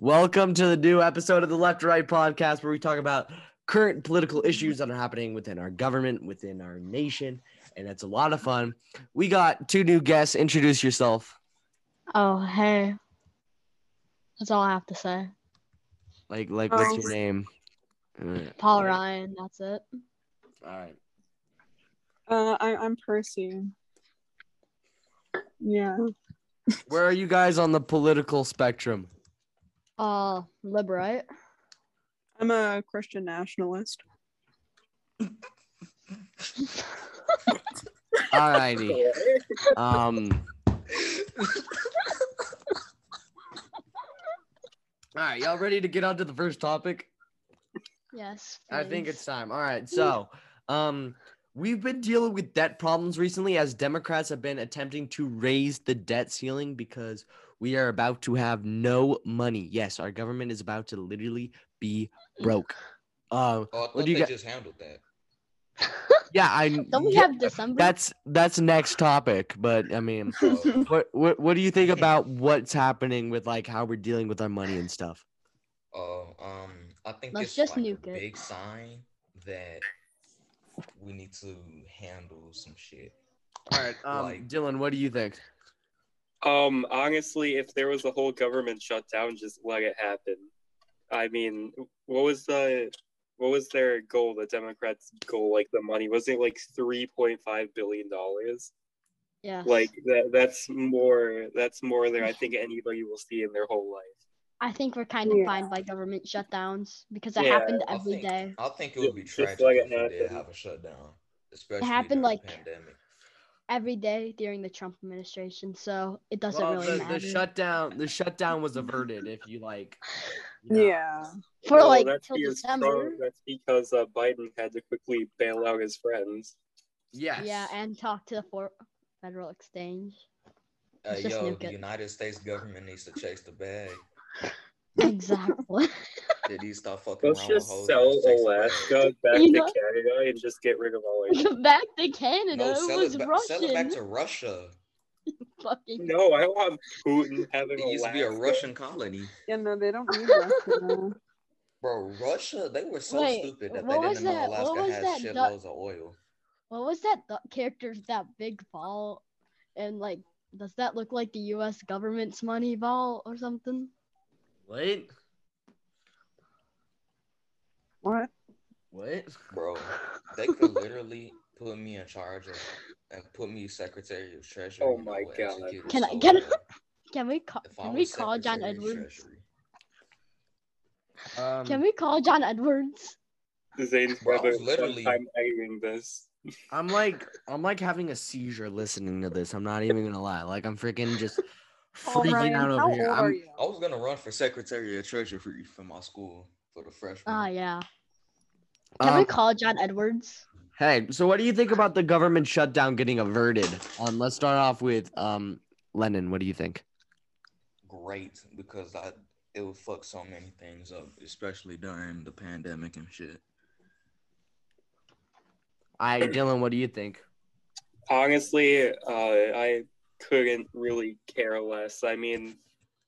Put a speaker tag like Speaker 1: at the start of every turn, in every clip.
Speaker 1: Welcome to the new episode of the Left to Right podcast where we talk about current political issues that are happening within our government, within our nation, and it's a lot of fun. We got two new guests. Introduce yourself.
Speaker 2: Oh, hey. That's all I have to say.
Speaker 1: Like like what's your name? Uh,
Speaker 2: Paul
Speaker 1: Right.
Speaker 2: Ryan, that's it.
Speaker 1: All right.
Speaker 3: Uh, I, I'm Percy. Yeah.
Speaker 1: Where are you guys on the political spectrum?
Speaker 2: Uh, liberate.
Speaker 3: I'm a Christian nationalist.
Speaker 1: All righty. Um All right, y'all ready to get on to the first topic?
Speaker 2: yes.
Speaker 1: I think
Speaker 2: please.
Speaker 1: it's time. All right. So, um, we've been dealing with debt problems recently as Democrats have been attempting to raise the debt ceiling because we are about to have no money. Yes, our government is about to literally be broke. Um,
Speaker 4: Oh, I thought
Speaker 1: What do
Speaker 4: they
Speaker 1: you got-
Speaker 4: just handled that.
Speaker 1: yeah, I
Speaker 2: Don't we
Speaker 1: yeah,
Speaker 2: have December?
Speaker 1: that's that's next topic, but I mean,
Speaker 4: Oh,
Speaker 1: what what what do you think about what's happening with like how we're dealing with our money and stuff?
Speaker 4: oh, um, I think
Speaker 2: Let's
Speaker 4: it's
Speaker 2: just
Speaker 4: like
Speaker 2: nuke
Speaker 4: a
Speaker 2: it.
Speaker 4: big sign that we need to handle some shit.
Speaker 1: All right, um,
Speaker 4: Like-
Speaker 1: Dylan, what do you think?
Speaker 5: Um, honestly, if there was a whole government shutdown, just let it happen. I mean, what was the what was their goal, the Democrats' goal, like the money? Was it like three point five billion dollars?
Speaker 2: yes.
Speaker 5: Like that that's more that's more than I think anybody will see in their whole life.
Speaker 2: I think we're kind of
Speaker 3: Yeah.
Speaker 2: defined by government shutdowns because it
Speaker 5: Yeah,
Speaker 2: happened
Speaker 4: I
Speaker 2: every
Speaker 4: think,
Speaker 2: day.
Speaker 4: I think it would be
Speaker 5: Just
Speaker 4: tragic
Speaker 5: like
Speaker 4: if
Speaker 5: it
Speaker 4: we did
Speaker 5: happened.
Speaker 4: have a shutdown, especially
Speaker 2: happened,
Speaker 4: during
Speaker 2: like-
Speaker 4: the pandemic.
Speaker 2: Every day during the Trump administration, so it doesn't
Speaker 1: Well,
Speaker 2: really
Speaker 1: the,
Speaker 2: matter.
Speaker 1: the shutdown the shutdown was averted if you like you know.
Speaker 3: Yeah.
Speaker 2: For
Speaker 5: Well,
Speaker 2: like
Speaker 5: that's
Speaker 2: till
Speaker 5: because
Speaker 2: December.
Speaker 5: Trump- that's because uh, Biden had to quickly bail out his friends.
Speaker 1: Yes.
Speaker 2: Yeah, and talk to the for- federal exchange.
Speaker 4: Uh,
Speaker 2: Just
Speaker 4: yo,
Speaker 2: nuke
Speaker 4: the
Speaker 2: it.
Speaker 4: United States government needs to chase the bag.
Speaker 2: Exactly.
Speaker 4: They need to start fucking
Speaker 5: Let's
Speaker 4: around with
Speaker 5: just
Speaker 4: hoes
Speaker 5: sell
Speaker 4: and chase the bag.
Speaker 5: Alaska back
Speaker 2: You
Speaker 5: to
Speaker 2: know-
Speaker 5: Canada and just get rid of all our
Speaker 2: back to Canada.
Speaker 4: No,
Speaker 2: it
Speaker 4: sell
Speaker 2: was
Speaker 4: it, back,
Speaker 2: Russian.
Speaker 4: sell it back to Russia.
Speaker 2: Fucking
Speaker 5: No, I want Putin having
Speaker 4: It used to be a
Speaker 5: Alaska.
Speaker 4: Russian colony.
Speaker 3: Yeah, no, they don't need uh, Russia.
Speaker 4: Bro, Russia, they were so
Speaker 2: Wait,
Speaker 4: stupid that
Speaker 2: what
Speaker 4: they
Speaker 2: was
Speaker 4: didn't know
Speaker 2: that- what
Speaker 4: Alaska
Speaker 2: was
Speaker 4: had
Speaker 2: that duck-
Speaker 4: shitloads of oil.
Speaker 2: what was that th- character's that big ball and like does that look like the US government's money ball or something?
Speaker 1: What?
Speaker 3: What?
Speaker 1: What?
Speaker 4: Bro, they could literally put me in charge of and put me secretary of treasury.
Speaker 5: Oh
Speaker 4: and
Speaker 5: my
Speaker 4: would
Speaker 5: God.
Speaker 4: execute it
Speaker 2: Can I-
Speaker 4: so
Speaker 2: can I-
Speaker 4: well.
Speaker 2: Can we call
Speaker 4: If I
Speaker 2: can
Speaker 4: was
Speaker 2: we call John
Speaker 4: Secretary of
Speaker 2: Edwards?
Speaker 4: Treasury-
Speaker 1: Um,
Speaker 2: Can we call John Edwards?
Speaker 5: Zane's
Speaker 4: Bro, I
Speaker 5: brother
Speaker 4: was literally-
Speaker 5: literally I'm editing this.
Speaker 1: I'm like I'm like having a seizure listening to this. I'm not even gonna lie. Like I'm freaking just freaking out over
Speaker 3: how
Speaker 1: here.
Speaker 3: old
Speaker 1: I'm,
Speaker 3: are you?
Speaker 4: I was gonna run for secretary of treasury for, for my school for the freshman.
Speaker 2: Ah yeah. Can we
Speaker 1: um,
Speaker 2: call John Edwards?
Speaker 1: Hey, so what do you think about the government shutdown getting averted? Um, let's start off with um Lennon. What do you think?
Speaker 4: Great, because I it would fuck so many things up, especially during the pandemic and shit.
Speaker 1: I Dylan, what do you think?
Speaker 5: Honestly, uh, I couldn't really care less. I mean,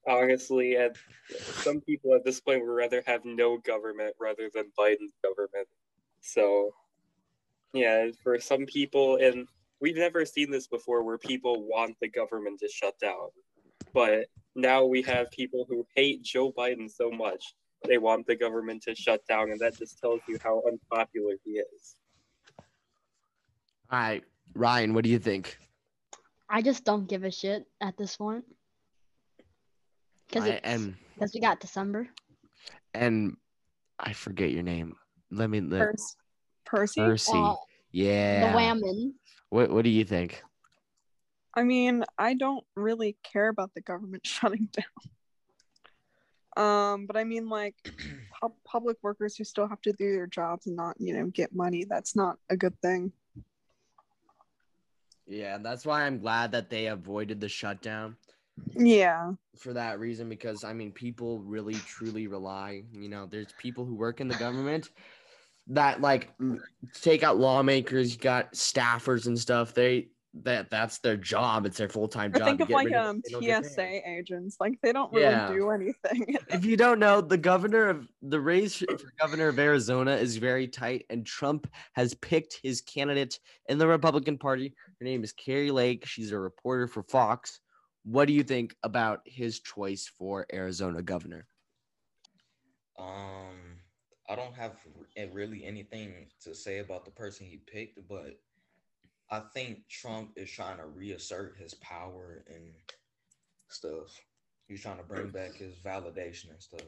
Speaker 5: honestly, at some people at this point would rather have no government rather than Biden's government. So, yeah, for some people, and we've never seen this before, where people want the government to shut down, but now we have people who hate Joe Biden so much they want the government to shut down, and that just tells you how unpopular he is.
Speaker 1: All right, Ryan, what do you think?
Speaker 2: I just don't give a shit at this point. Cuz
Speaker 1: I am
Speaker 2: cuz we got December.
Speaker 1: and I forget your name. Let me let
Speaker 3: Pers- Percy?
Speaker 1: Percy.
Speaker 2: Uh,
Speaker 1: yeah.
Speaker 2: The whammon.
Speaker 1: What What do you think?
Speaker 3: I mean, I don't really care about the government shutting down. Um, but I mean, like pub- public workers who still have to do their jobs and not, you know, get money. That's not a good thing.
Speaker 1: Yeah, that's why I'm glad that they avoided the shutdown
Speaker 3: Yeah.
Speaker 1: for that reason because I mean people really truly rely, you know, there's people who work in the government that like take out lawmakers, you got staffers and stuff. They that that's their job. It's their full time
Speaker 3: Or
Speaker 1: job.
Speaker 3: think
Speaker 1: to
Speaker 3: of
Speaker 1: get
Speaker 3: like
Speaker 1: rid of
Speaker 3: um
Speaker 1: illegal Japan.
Speaker 3: TSA agents. Like they don't really
Speaker 1: Yeah.
Speaker 3: do anything.
Speaker 1: If you don't know, the governor of the race for governor of Arizona is very tight, and Trump has picked his candidate in the Republican Party. Her name is Carrie Lake. She's a reporter for Fox. What do you think about his choice for Arizona governor?
Speaker 4: Um, I don't have r- really anything to say about the person he picked, but I think Trump is trying to reassert his power and stuff. He's trying to bring back his validation and stuff.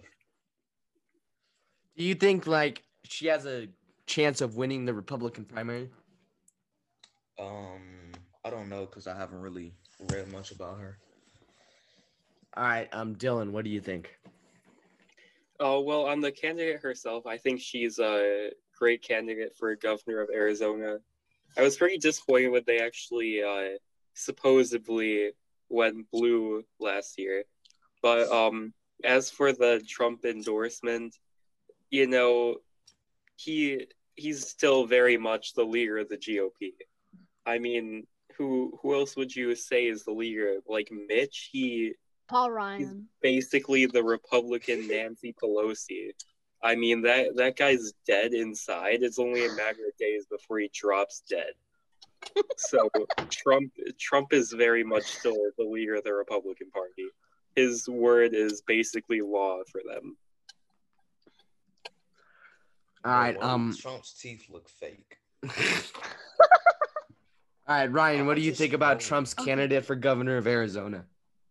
Speaker 1: Do you think like she has a chance of winning the Republican primary?
Speaker 4: Um, I don't know because I haven't really read much about her.
Speaker 1: All right, um, Dylan, what do you think?
Speaker 5: Oh well, on the candidate herself, I think she's a great candidate for governor of Arizona. I was pretty disappointed when they actually uh, supposedly went blue last year, but um, as for the Trump endorsement, you know, he he's still very much the leader of the GOP. I mean, who who else would you say is the leader? Like Mitch, he
Speaker 2: Paul Ryan.
Speaker 5: basically the Republican Nancy Pelosi. I mean that that guy's dead inside. It's only a matter of days before he drops dead. So Trump Trump is very much still the leader of the Republican Party. His word is basically law for them.
Speaker 1: All right,
Speaker 4: Well,
Speaker 1: um,
Speaker 4: Trump's teeth look fake.
Speaker 1: all right, Ryan, what do
Speaker 4: I'm
Speaker 1: you
Speaker 4: just
Speaker 1: think about
Speaker 4: trolling.
Speaker 1: Trump's
Speaker 2: Okay.
Speaker 1: candidate for governor of Arizona?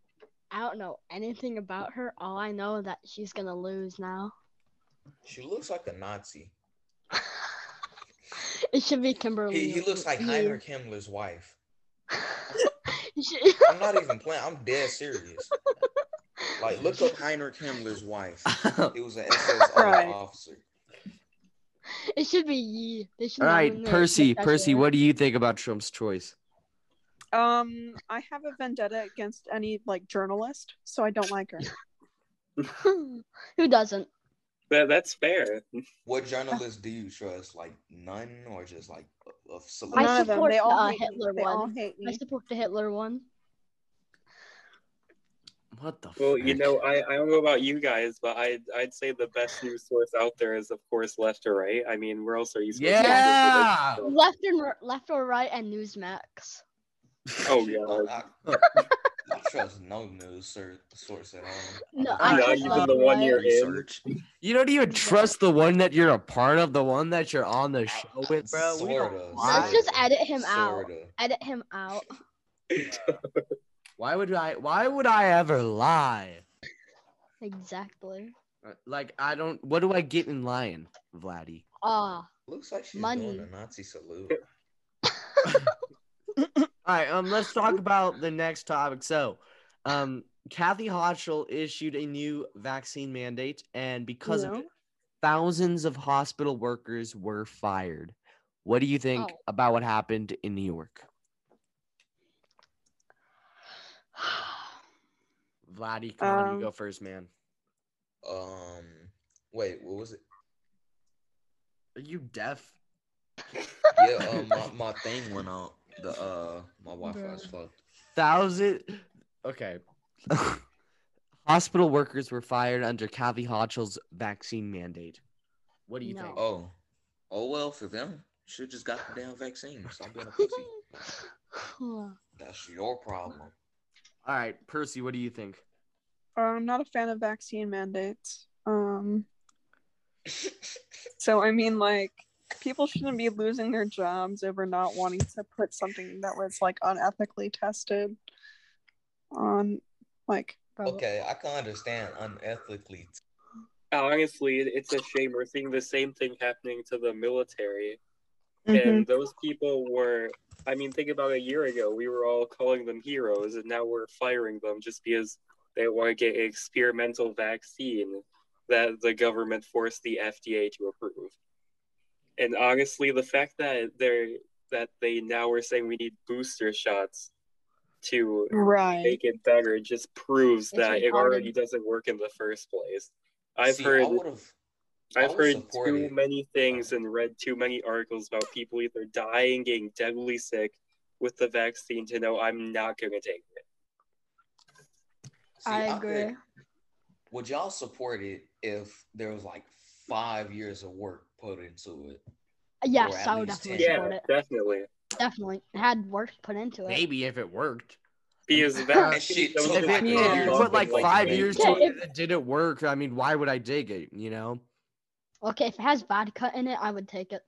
Speaker 2: I don't know anything about her. All I know is that she's gonna lose now.
Speaker 4: She looks like a Nazi.
Speaker 2: It should be Kimberly.
Speaker 4: He, he looks like
Speaker 2: Reeve.
Speaker 4: Heinrich Himmler's wife.
Speaker 2: It should-
Speaker 4: I'm not even playing. I'm dead serious. Like, look up Heinrich Himmler's wife. He was an SS
Speaker 3: Right.
Speaker 4: officer.
Speaker 2: It should be Yee. They should
Speaker 1: All right,
Speaker 2: nominate
Speaker 1: Percy,
Speaker 2: Natasha.
Speaker 1: Percy, what do you think about Trump's choice?
Speaker 3: um, I have a vendetta against any like journalist, so I don't like her.
Speaker 2: Who doesn't?
Speaker 5: That that's fair.
Speaker 4: What journalists do you trust? Like none, or just like a, a
Speaker 3: None
Speaker 4: select?
Speaker 2: I
Speaker 3: of them.
Speaker 2: support
Speaker 3: They all
Speaker 2: the, uh,
Speaker 3: hate me.
Speaker 2: Hitler
Speaker 3: They all
Speaker 2: one.
Speaker 3: hate
Speaker 2: I
Speaker 3: me.
Speaker 2: support the Hitler one.
Speaker 1: What the?
Speaker 5: Well, you
Speaker 1: frick?
Speaker 5: know, uh, I, I don't know about you guys, but I I'd say the best news source out there is of course left or right. I mean, where else are you? supposed to
Speaker 1: Yeah.
Speaker 5: get this
Speaker 2: Left and r- left or right and Newsmax.
Speaker 5: stuff? Oh yeah.
Speaker 4: I, I trust no news sir, source at all.
Speaker 2: No,
Speaker 4: I
Speaker 2: I
Speaker 5: Not
Speaker 2: just
Speaker 5: even
Speaker 2: love
Speaker 5: the one
Speaker 2: Ray.
Speaker 5: you're in.
Speaker 4: Research.
Speaker 1: You don't even trust the one that you're a part of, the one that you're on the show with, bro. We don't-
Speaker 4: Sorta.
Speaker 1: why?
Speaker 2: Let's just edit him out.
Speaker 4: Sorta.
Speaker 2: Edit him out.
Speaker 1: Why would I? Why would I ever lie?
Speaker 2: Exactly.
Speaker 1: Uh, Like I don't. What do I get in lying, Vladdy?
Speaker 2: Ah,
Speaker 4: Looks like she's
Speaker 2: Money.
Speaker 4: doing a Nazi salute.
Speaker 1: All right, um, let's talk about the next topic. So, um, Kathy Hochul issued a new vaccine mandate, and because of
Speaker 3: No.
Speaker 1: it, thousands of hospital workers were fired. What do you think
Speaker 2: Oh.
Speaker 1: about what happened in New York, Vladdy? Come on,
Speaker 3: Um,
Speaker 1: you go first, man.
Speaker 4: Um, wait, what was it?
Speaker 1: Are you deaf?
Speaker 4: Yeah, uh, my, my thing went out. The uh, my Wi-Fi's fucked.
Speaker 1: Thousand. Okay. Hospital workers were fired under Kathy Hochul's vaccine mandate. What do you
Speaker 2: No.
Speaker 1: think?
Speaker 4: Oh, oh well for them. Should just got the damn vaccine. Stop being a pussy. That's your problem.
Speaker 1: All right, Percy, what do you think?
Speaker 3: Uh, I'm not a fan of vaccine mandates. Um, so I mean, like, people shouldn't be losing their jobs over not wanting to put something that was like unethically tested on, like,
Speaker 2: Oh.
Speaker 4: Okay, I can understand unethically.
Speaker 5: honestly, it- it's a shame. We're seeing the same thing happening to the military.
Speaker 3: mhm.
Speaker 2: Mm-hmm.
Speaker 5: And those people were, I mean, think about a year ago, we were all calling them heroes, and now we're firing them just because they want to get an experimental vaccine that the government forced the FDA to approve. And honestly, the fact that they're that they now are saying we need booster shots to
Speaker 3: right.
Speaker 5: make it better just proves
Speaker 2: It's
Speaker 5: that it
Speaker 2: retarded.
Speaker 5: already doesn't work in the first place. I've
Speaker 4: See,
Speaker 5: heard
Speaker 4: I would've- I
Speaker 5: I've
Speaker 4: would
Speaker 5: heard
Speaker 4: support
Speaker 5: too
Speaker 4: it.
Speaker 5: many things and read too many articles about people either dying, getting deadly sick, with the vaccine to know I'm not going to take it.
Speaker 4: See,
Speaker 2: I
Speaker 4: think-
Speaker 2: agree.
Speaker 4: would y'all support it if there was like five years of work put into it?
Speaker 2: Yes,
Speaker 4: Or at
Speaker 2: I would
Speaker 4: least
Speaker 2: definitely
Speaker 4: ten.
Speaker 5: Yeah,
Speaker 2: support it.
Speaker 5: definitely.
Speaker 2: Definitely had work put into it.
Speaker 1: Maybe if it worked.
Speaker 5: Because
Speaker 4: That shit
Speaker 5: vaccine
Speaker 1: If
Speaker 4: took
Speaker 1: it,
Speaker 4: like
Speaker 3: Yeah.
Speaker 1: if you
Speaker 3: Yeah.
Speaker 1: put like five years to
Speaker 2: Yeah,
Speaker 1: it and it didn't work, I mean, why would I dig it? You know,
Speaker 2: Okay, if it has vodka in it, I would take it.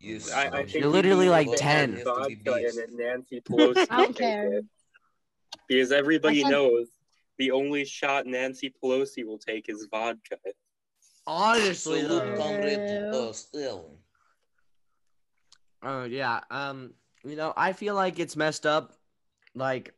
Speaker 4: You
Speaker 5: I, I
Speaker 4: son of
Speaker 5: think
Speaker 1: You're
Speaker 5: you
Speaker 1: literally
Speaker 5: need
Speaker 1: like
Speaker 5: to
Speaker 1: 10.
Speaker 5: have
Speaker 4: Vodka
Speaker 5: vodka
Speaker 4: and
Speaker 5: and then Nancy Pelosi.
Speaker 2: I don't
Speaker 5: take
Speaker 2: care.
Speaker 5: it. Because everybody
Speaker 2: said-
Speaker 5: knows the only shot Nancy Pelosi will take is vodka.
Speaker 4: So
Speaker 1: honestly,
Speaker 4: look,
Speaker 1: though,
Speaker 4: comrade,
Speaker 2: Ew.
Speaker 4: uh, still.
Speaker 1: uh, yeah, um, you know, I feel like it's messed up, like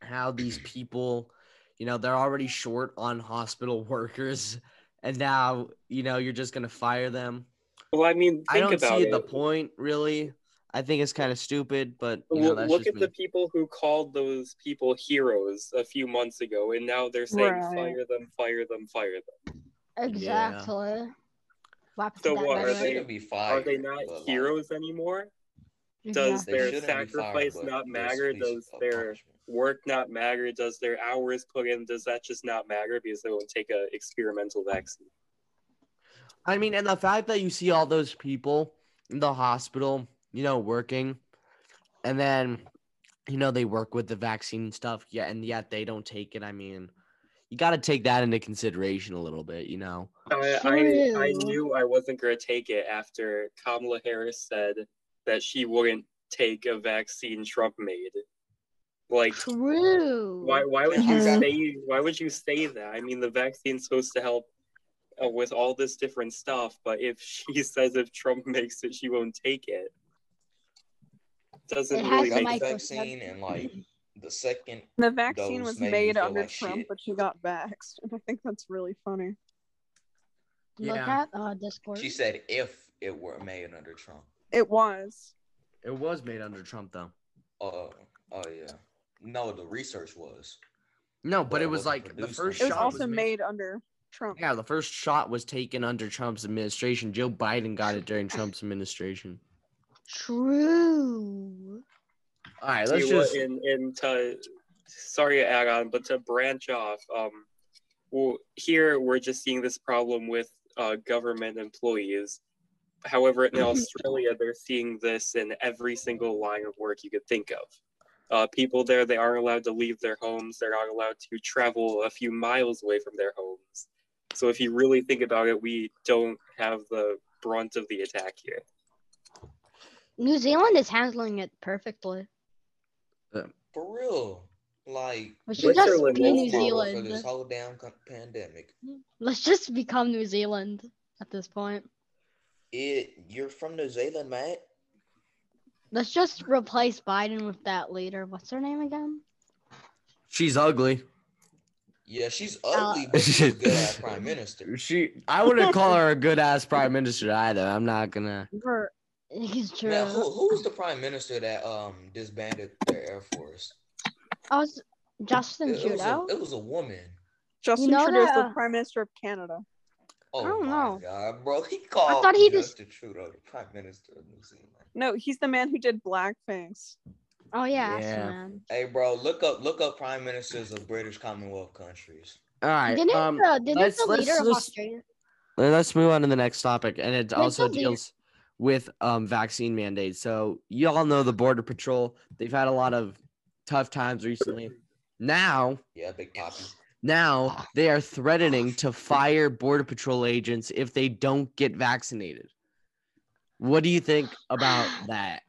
Speaker 1: how these people, you know, they're already short on hospital workers, and now you know you're just gonna fire them.
Speaker 5: Well, I mean, think
Speaker 1: I don't
Speaker 5: about
Speaker 1: see
Speaker 5: it.
Speaker 1: the point really. I think it's kind of stupid, but you know,
Speaker 5: Well,
Speaker 1: that's
Speaker 5: look
Speaker 1: just
Speaker 5: at
Speaker 1: me.
Speaker 5: the people who called those people heroes a few months ago, and now they're saying
Speaker 3: Right.
Speaker 5: fire them, fire them, fire them.
Speaker 2: Exactly. What happened
Speaker 5: So
Speaker 2: to that
Speaker 5: what
Speaker 4: They
Speaker 5: are
Speaker 2: restaurant?
Speaker 5: they-
Speaker 4: shouldn't be fired.
Speaker 5: Are they not
Speaker 4: but, like,
Speaker 5: heroes anymore? Does
Speaker 4: they
Speaker 5: their
Speaker 4: shouldn't be fired,
Speaker 5: sacrifice
Speaker 4: but
Speaker 5: not
Speaker 4: there's
Speaker 5: matter?
Speaker 4: least
Speaker 5: Does
Speaker 4: a
Speaker 5: their
Speaker 4: punishment.
Speaker 5: work not matter? Does their hours put in? Does that just not matter because they won't take a experimental vaccine?
Speaker 1: I mean, and the fact that you see all those people in the hospital, you know, working, and then, you know, they work with the vaccine and stuff, yeah, and yet they don't take it. I mean, you got to take that into consideration a little bit, you know.
Speaker 5: I,
Speaker 2: True.
Speaker 5: I, I knew I wasn't going to take it after Kamala Harris said that she wouldn't take a vaccine Trump made. Like,
Speaker 2: True.
Speaker 5: why, why would you
Speaker 2: Uh-huh.
Speaker 3: Mhm.
Speaker 5: say why would you say that? I mean, the vaccine's supposed to help uh, with all this different stuff, but if she says if Trump makes it, she won't take it. Doesn't
Speaker 2: It
Speaker 5: really
Speaker 2: has
Speaker 5: make
Speaker 2: my-
Speaker 4: Got
Speaker 5: sense.
Speaker 4: the
Speaker 2: micro-
Speaker 4: vaccine and like the second
Speaker 3: The vaccine
Speaker 4: Those
Speaker 3: was
Speaker 4: made me
Speaker 3: made
Speaker 4: feel
Speaker 3: under
Speaker 4: like
Speaker 3: Trump,
Speaker 4: shit.
Speaker 3: but she got vaxxed. And I think that's really funny.
Speaker 2: Look
Speaker 1: Yeah.
Speaker 2: at uh, Discord.
Speaker 4: she said if it were made under Trump.
Speaker 3: It was.
Speaker 1: It was made under Trump, though.
Speaker 4: Oh, oh yeah. No, the research was.
Speaker 1: No, but
Speaker 4: Well,
Speaker 1: it
Speaker 4: it
Speaker 1: was
Speaker 4: wasn't
Speaker 1: like the
Speaker 4: produced
Speaker 1: first
Speaker 3: It was
Speaker 4: under
Speaker 1: shot
Speaker 4: Trump.
Speaker 3: also
Speaker 1: was made.
Speaker 3: made under Trump.
Speaker 1: Yeah, the first shot was taken under Trump's administration. Joe Biden got it during Trump's administration.
Speaker 2: True.
Speaker 1: All right,
Speaker 5: See
Speaker 1: let's
Speaker 5: what-
Speaker 1: just.
Speaker 5: and, and to sorry to add on, but to branch off, um, well, here we're just seeing this problem with uh, government employees. However, in Australia, they're seeing this in every single line of work you could think of. Uh, people there, they aren't allowed to leave their homes. They're not allowed to travel a few miles away from their homes. So if you really think about it, we don't have the brunt of the attack here.
Speaker 2: New Zealand is handling it perfectly.
Speaker 4: For real. Like
Speaker 2: We should just
Speaker 5: Switzerland
Speaker 2: be New
Speaker 4: role
Speaker 5: is small,
Speaker 4: model for
Speaker 2: Zealand.
Speaker 4: this whole damn co- pandemic.
Speaker 2: Let's just become New Zealand at this point.
Speaker 4: It you're from New Zealand, Matt?
Speaker 2: Let's just replace Biden with that leader. What's her name again?
Speaker 1: She's ugly.
Speaker 4: Yeah, she's
Speaker 2: Uh,
Speaker 4: ugly, but she's a good ass prime minister.
Speaker 1: She, I wouldn't call her a good ass prime minister either. I'm not gonna.
Speaker 2: Ver. It's true.
Speaker 4: Now, who, who's the prime minister that um disbanded their air force?
Speaker 2: I was Oh, Justin
Speaker 4: It, it was a,
Speaker 2: Trudeau.
Speaker 4: it was a woman.
Speaker 3: Justin
Speaker 2: know
Speaker 3: Trudeau's
Speaker 2: that,
Speaker 3: the
Speaker 2: uh,
Speaker 3: Prime Minister of Canada.
Speaker 4: Oh
Speaker 2: I don't
Speaker 4: my
Speaker 2: know.
Speaker 4: god, bro! He called
Speaker 2: thought he just-
Speaker 4: Justin Trudeau the prime minister of New Zealand.
Speaker 3: No, he's the man who did blackface.
Speaker 2: Oh yeah, that's
Speaker 1: Yeah.
Speaker 2: the man.
Speaker 4: Hey, bro, look up look up prime ministers of British Commonwealth countries.
Speaker 1: All right.
Speaker 2: Didn't,
Speaker 1: um,
Speaker 2: uh, didn't
Speaker 1: let's,
Speaker 2: the
Speaker 1: let's,
Speaker 2: leader of
Speaker 1: let's,
Speaker 2: Australia?
Speaker 1: let's move on to the next topic, and it
Speaker 2: Let's
Speaker 1: also
Speaker 2: go leader-
Speaker 1: deals with um, vaccine mandates. So you all know the border patrol; they've had a lot of tough times recently. Now,
Speaker 4: Yeah, big poppy.
Speaker 1: now they are threatening to fire border patrol agents if they don't get vaccinated. What do you think about that?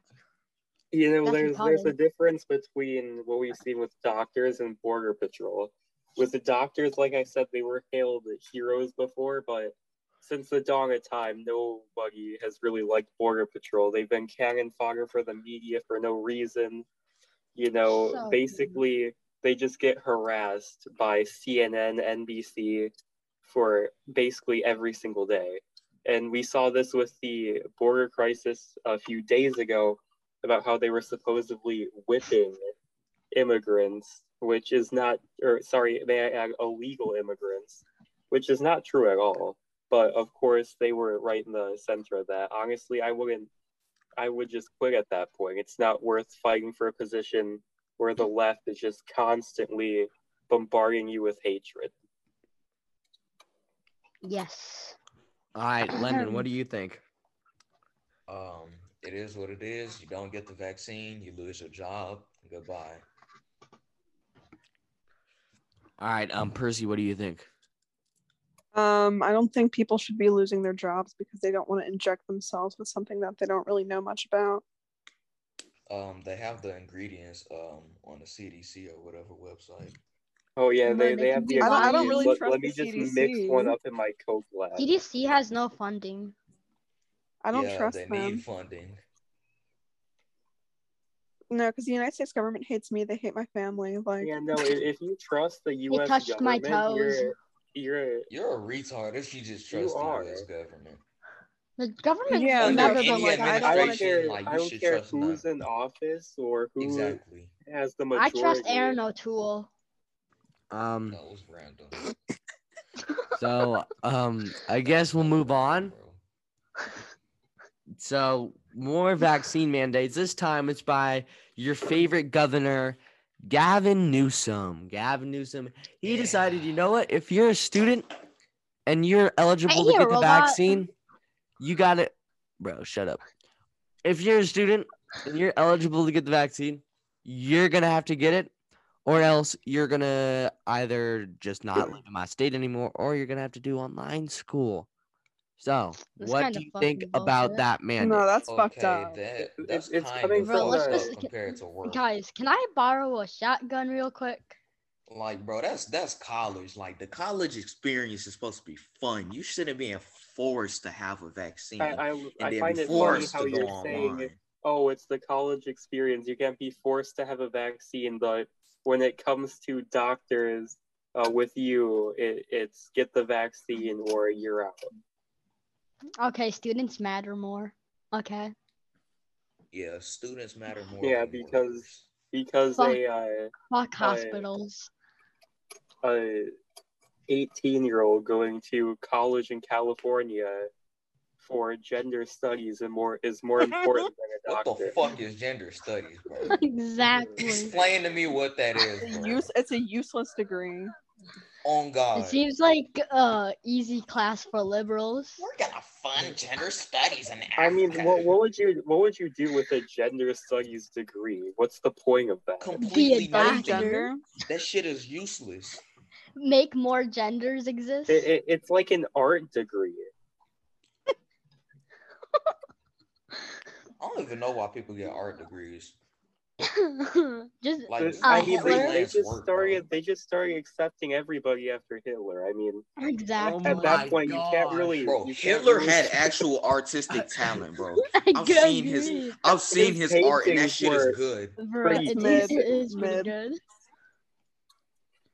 Speaker 5: You know,
Speaker 2: That's
Speaker 5: there's there's a
Speaker 2: retarded.
Speaker 5: difference between what we've seen with doctors and border patrol. With the doctors, like I said, they were hailed as heroes before, but since the dawn of time, nobody has really liked border patrol. They've been cannon fodder for the media for no reason. You know,
Speaker 2: So-
Speaker 5: basically they just get harassed by CNN, NBC for basically every single day. And we saw this with the border crisis a few days ago about how they were supposedly whipping immigrants, which is not, or sorry, may I add, illegal immigrants, which is not true at all. But of course, they were right in the center of that. Honestly, I wouldn't I would just quit at that point. It's not worth fighting for a position where the left is just constantly bombarding you with hatred.
Speaker 2: Yes.
Speaker 1: All right, Lennon, what do you think?
Speaker 4: Um, it is what it is. You don't get the vaccine, you lose your job. Goodbye.
Speaker 1: All right, um, Percy, what do you think?
Speaker 3: Um, I don't think people should be losing their jobs because they don't want to inject themselves with something that they don't really know much about.
Speaker 4: Um, they have the ingredients um on the CDC or whatever website.
Speaker 5: Oh yeah,
Speaker 2: Where they
Speaker 5: they, they
Speaker 2: can
Speaker 5: have
Speaker 2: be
Speaker 5: the.
Speaker 2: I don't- I don't
Speaker 5: ingredients.
Speaker 3: really
Speaker 5: let,
Speaker 3: trust
Speaker 5: let me
Speaker 3: the
Speaker 5: just
Speaker 3: CDC.
Speaker 5: mix one up in my Coke lab.
Speaker 2: CDC has no funding.
Speaker 3: I don't
Speaker 4: yeah,
Speaker 3: trust
Speaker 4: they
Speaker 3: them.
Speaker 4: need funding.
Speaker 3: No, because the United States government hates me. They hate my family. Like,
Speaker 5: Yeah, no. i- If you trust the U.S.
Speaker 2: touched my
Speaker 5: government,
Speaker 2: toes.
Speaker 5: You're, you're
Speaker 4: You're a retard if you just
Speaker 5: You
Speaker 4: trust
Speaker 5: are.
Speaker 4: the US government.
Speaker 2: The government
Speaker 3: Yeah,
Speaker 2: has
Speaker 4: Under
Speaker 2: never
Speaker 4: any
Speaker 2: been like I
Speaker 5: I
Speaker 2: don't want
Speaker 5: don't
Speaker 4: administration,
Speaker 5: care.
Speaker 4: like, you
Speaker 5: I don't
Speaker 4: should
Speaker 5: care
Speaker 4: trust
Speaker 5: who's
Speaker 4: none.
Speaker 5: in office or who
Speaker 4: Exactly.
Speaker 5: has the
Speaker 2: I
Speaker 5: majority.
Speaker 2: trust Aaron O'Toole.
Speaker 1: Um,
Speaker 4: That was random.
Speaker 1: so um, I guess we'll move on. So more vaccine mandates. This time it's by your favorite governor, Gavin Newsom. Gavin Newsom. He decided, you know what? If you're a student and you're eligible to
Speaker 2: you,
Speaker 1: get the
Speaker 2: robot.
Speaker 1: vaccine, you got it. Bro, shut up. If you're a student and you're eligible to get the vaccine, you're gonna have to get it, or else you're gonna either just not live in my state anymore, or you're gonna have to do online school. So,
Speaker 2: That's
Speaker 1: what
Speaker 2: kinda
Speaker 1: do you think
Speaker 2: fucking
Speaker 1: about
Speaker 2: bullshit.
Speaker 1: that man?
Speaker 3: no, that's fucked
Speaker 4: Okay,
Speaker 3: up.
Speaker 4: that
Speaker 5: It-
Speaker 4: that's
Speaker 5: it's
Speaker 4: kind
Speaker 5: coming
Speaker 4: of
Speaker 5: from
Speaker 4: fucked
Speaker 5: a-
Speaker 4: up compared to work.
Speaker 2: Guys, can I borrow a shotgun real quick?
Speaker 4: Like, bro, that's that's college. Like, the college experience is supposed to be fun. You shouldn't be forced to have a vaccine
Speaker 5: I, I,
Speaker 4: and
Speaker 5: I
Speaker 4: then
Speaker 5: find
Speaker 4: be
Speaker 5: it funny
Speaker 4: forced
Speaker 5: how
Speaker 4: to go
Speaker 5: you're saying,
Speaker 4: online.
Speaker 5: "Oh, it's the college experience. You can't be forced to have a vaccine." But when it comes to doctors uh, with you, it, it's get the vaccine or you're out.
Speaker 2: Okay, students matter more. Okay.
Speaker 4: Yeah, students matter more.
Speaker 5: Yeah,
Speaker 4: than
Speaker 5: because-
Speaker 4: workers.
Speaker 5: because a uh,
Speaker 2: Fuck
Speaker 5: Oh, yeah.
Speaker 2: hospitals.
Speaker 5: a 18 year old going to college in California for gender studies and more is more important than a
Speaker 4: what
Speaker 5: doctor.
Speaker 4: the fuck is gender studies, bro?
Speaker 2: exactly.
Speaker 4: Explain to me what that
Speaker 3: It's
Speaker 4: is.
Speaker 3: a
Speaker 4: Bro.
Speaker 3: use. It's a useless degree.
Speaker 4: On
Speaker 2: It
Speaker 4: God, we're
Speaker 2: seems like uh easy class for liberals.
Speaker 4: gonna fund gender studies in Africa.
Speaker 5: I mean, what, what would you what would you do with a gender studies degree? What's the point of that?
Speaker 4: completely
Speaker 2: doctor.
Speaker 4: nothing.
Speaker 3: Gender.
Speaker 4: That shit is useless.
Speaker 2: Make more genders exist.
Speaker 5: It, it, it's like an art degree.
Speaker 4: I don't even know why people get art degrees.
Speaker 2: Just
Speaker 4: Like,
Speaker 2: Uh,
Speaker 5: I mean, they,
Speaker 2: Hitler?
Speaker 5: they
Speaker 4: freelance
Speaker 5: just
Speaker 4: work, bro.
Speaker 5: started they just started accepting everybody after Hitler. I mean,
Speaker 2: exactly.
Speaker 5: at
Speaker 1: my
Speaker 5: that point, you can't
Speaker 1: gosh.
Speaker 5: really.
Speaker 4: Bro,
Speaker 5: you can't
Speaker 4: Hitler
Speaker 5: really-
Speaker 4: had actual artistic talent, bro.
Speaker 2: I
Speaker 4: I've seen his-
Speaker 2: agree.
Speaker 4: I've seen his art, and that
Speaker 5: paintings
Speaker 4: shit
Speaker 5: were-
Speaker 4: is good.
Speaker 2: Bruh,
Speaker 5: Pretty
Speaker 2: it
Speaker 3: mid-
Speaker 2: is- it is pretty
Speaker 3: mid.
Speaker 2: good.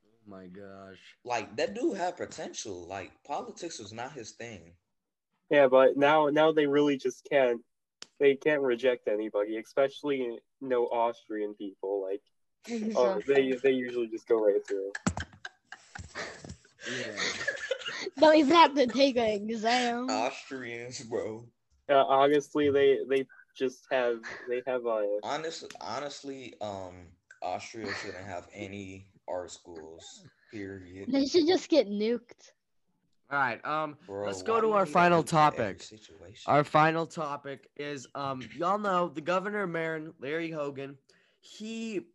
Speaker 1: Oh my gosh.
Speaker 4: Like that dude had potential. Like politics was not his thing.
Speaker 5: Yeah, but now now they really just can't they can't reject anybody, especially no Austrian people. Like oh, they they usually just go right through.
Speaker 2: Don't even have to take an exam.
Speaker 4: Oh, Austrians, bro.
Speaker 5: Uh, honestly, they they just have they have a
Speaker 4: Honestly, honestly, um, Austria shouldn't have any art schools. Period.
Speaker 2: they should just get nuked.
Speaker 1: All right. Um,
Speaker 4: Bro,
Speaker 1: let's go
Speaker 4: why
Speaker 1: to
Speaker 4: do
Speaker 1: our
Speaker 4: we gotta
Speaker 1: final
Speaker 4: look at every
Speaker 1: topic.
Speaker 4: situation?
Speaker 1: Our final topic is um y'all know the governor of Marin, Larry Hogan, he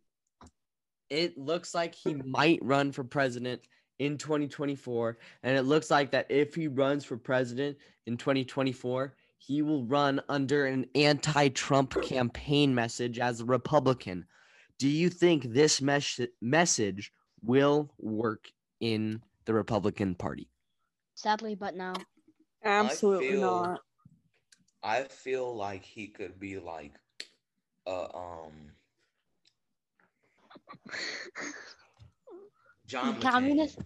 Speaker 1: it looks like he might run for president in 2024 and it looks like that if he runs for president in 2024, he will run under an anti-Trump campaign message as a Republican. Do you think this mes- message will work in the Republican Party?
Speaker 2: Sadly, but no.
Speaker 3: Absolutely
Speaker 4: feel-
Speaker 3: not.
Speaker 4: I feel like he could be like, uh, um, John McCain.
Speaker 2: Communist?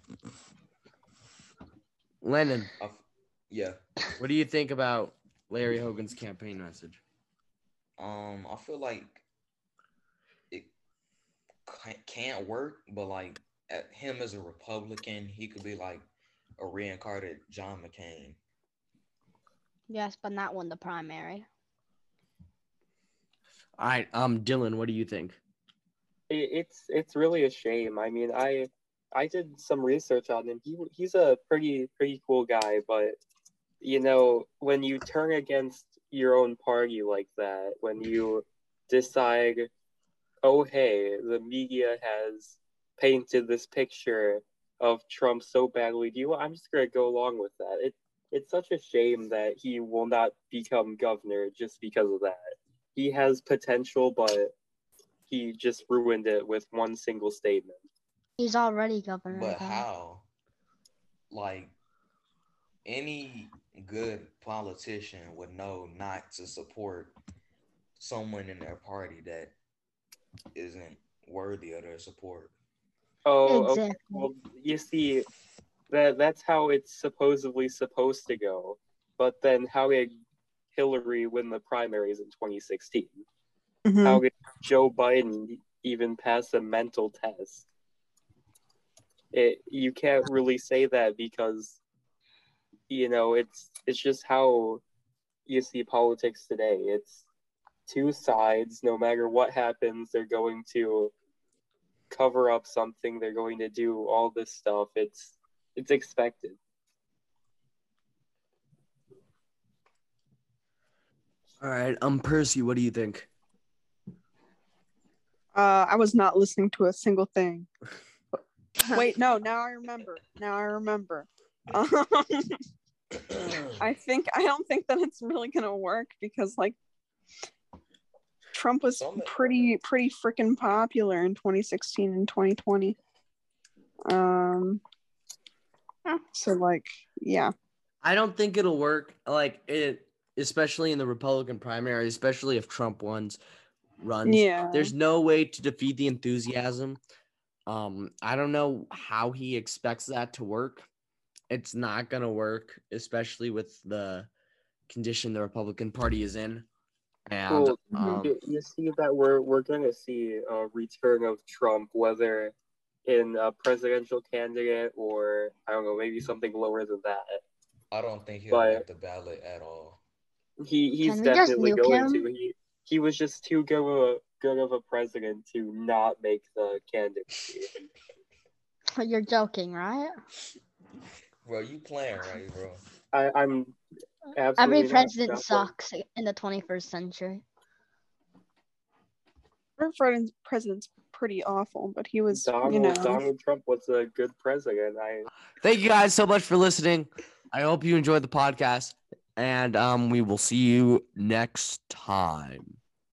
Speaker 1: Lennon,
Speaker 4: I f- yeah.
Speaker 1: What do you think about Larry Hogan's campaign message?
Speaker 4: Um, I feel like it ca- can't work, but like at him as a Republican, he could be like a reincarnated John McCain.
Speaker 2: Yes, but not win the primary.
Speaker 1: All right, um, Dylan, what do you think?
Speaker 5: It, it's it's really a shame. I mean, I I did some research on him. He he's a pretty pretty cool guy, but you know when you turn against your own party like that, when you decide, oh hey, the media has painted this picture of Trump so badly, do you? I'm just gonna go along with that. It it's such a shame that he will not become governor just because of that. He has potential, but he just ruined it with one single statement.
Speaker 2: He's already governor.
Speaker 4: But
Speaker 2: though.
Speaker 4: how? Like any good politician would know not to support someone in their party that isn't worthy of their support.
Speaker 5: Oh, okay.
Speaker 2: Exactly.
Speaker 5: Well, you see, that that's how it's supposedly supposed to go. But then, how did Hillary win the primaries in 2016?
Speaker 3: Mm-hmm.
Speaker 5: How did Joe Biden even pass a mental test? It, you can't really say that because, you know, it's it's just how you see politics today. It's two sides. No matter what happens, they're going to cover up something. They're going to do all this stuff. It's it's expected.
Speaker 1: All right, um, Percy, what do you think?
Speaker 3: Uh, I was not listening to a single thing. Wait, no, now I remember. Now I remember. Um, I think I don't think that it's really gonna work because like Trump was
Speaker 4: Some-
Speaker 3: pretty pretty freaking popular in 2016 and 2020. Um, so like yeah,
Speaker 1: I don't think it'll work. Like it, especially in the Republican primary, especially if Trump wins, runs.
Speaker 3: yeah.
Speaker 1: There's no way to defeat the enthusiasm. Um, I don't know how he expects that to work. It's not gonna work, especially with the condition the Republican Party is in. And
Speaker 5: Well,
Speaker 1: um,
Speaker 5: you, you see that we're we're going to see a return of Trump, whether in a presidential candidate or I don't know, maybe something lower than that.
Speaker 4: I don't think he'll
Speaker 5: But-
Speaker 4: make the ballot at all.
Speaker 5: He he's
Speaker 2: Can we just
Speaker 5: definitely
Speaker 2: nuke
Speaker 5: going
Speaker 2: him?
Speaker 5: to. He he was just too good of a good of a president to not make the candidacy.
Speaker 2: You're joking, right?
Speaker 4: Bro, you playing right, bro?
Speaker 5: I, I'm absolutely
Speaker 2: Every
Speaker 5: not-
Speaker 2: president
Speaker 5: not-
Speaker 2: sucks in the 21st century.
Speaker 3: Our president's president's pretty awful, but he was
Speaker 5: Donald,
Speaker 3: you know
Speaker 5: Donald Trump was a good president. I
Speaker 1: thank you guys so much for listening. I hope you enjoyed the podcast, and um, we will see you next time.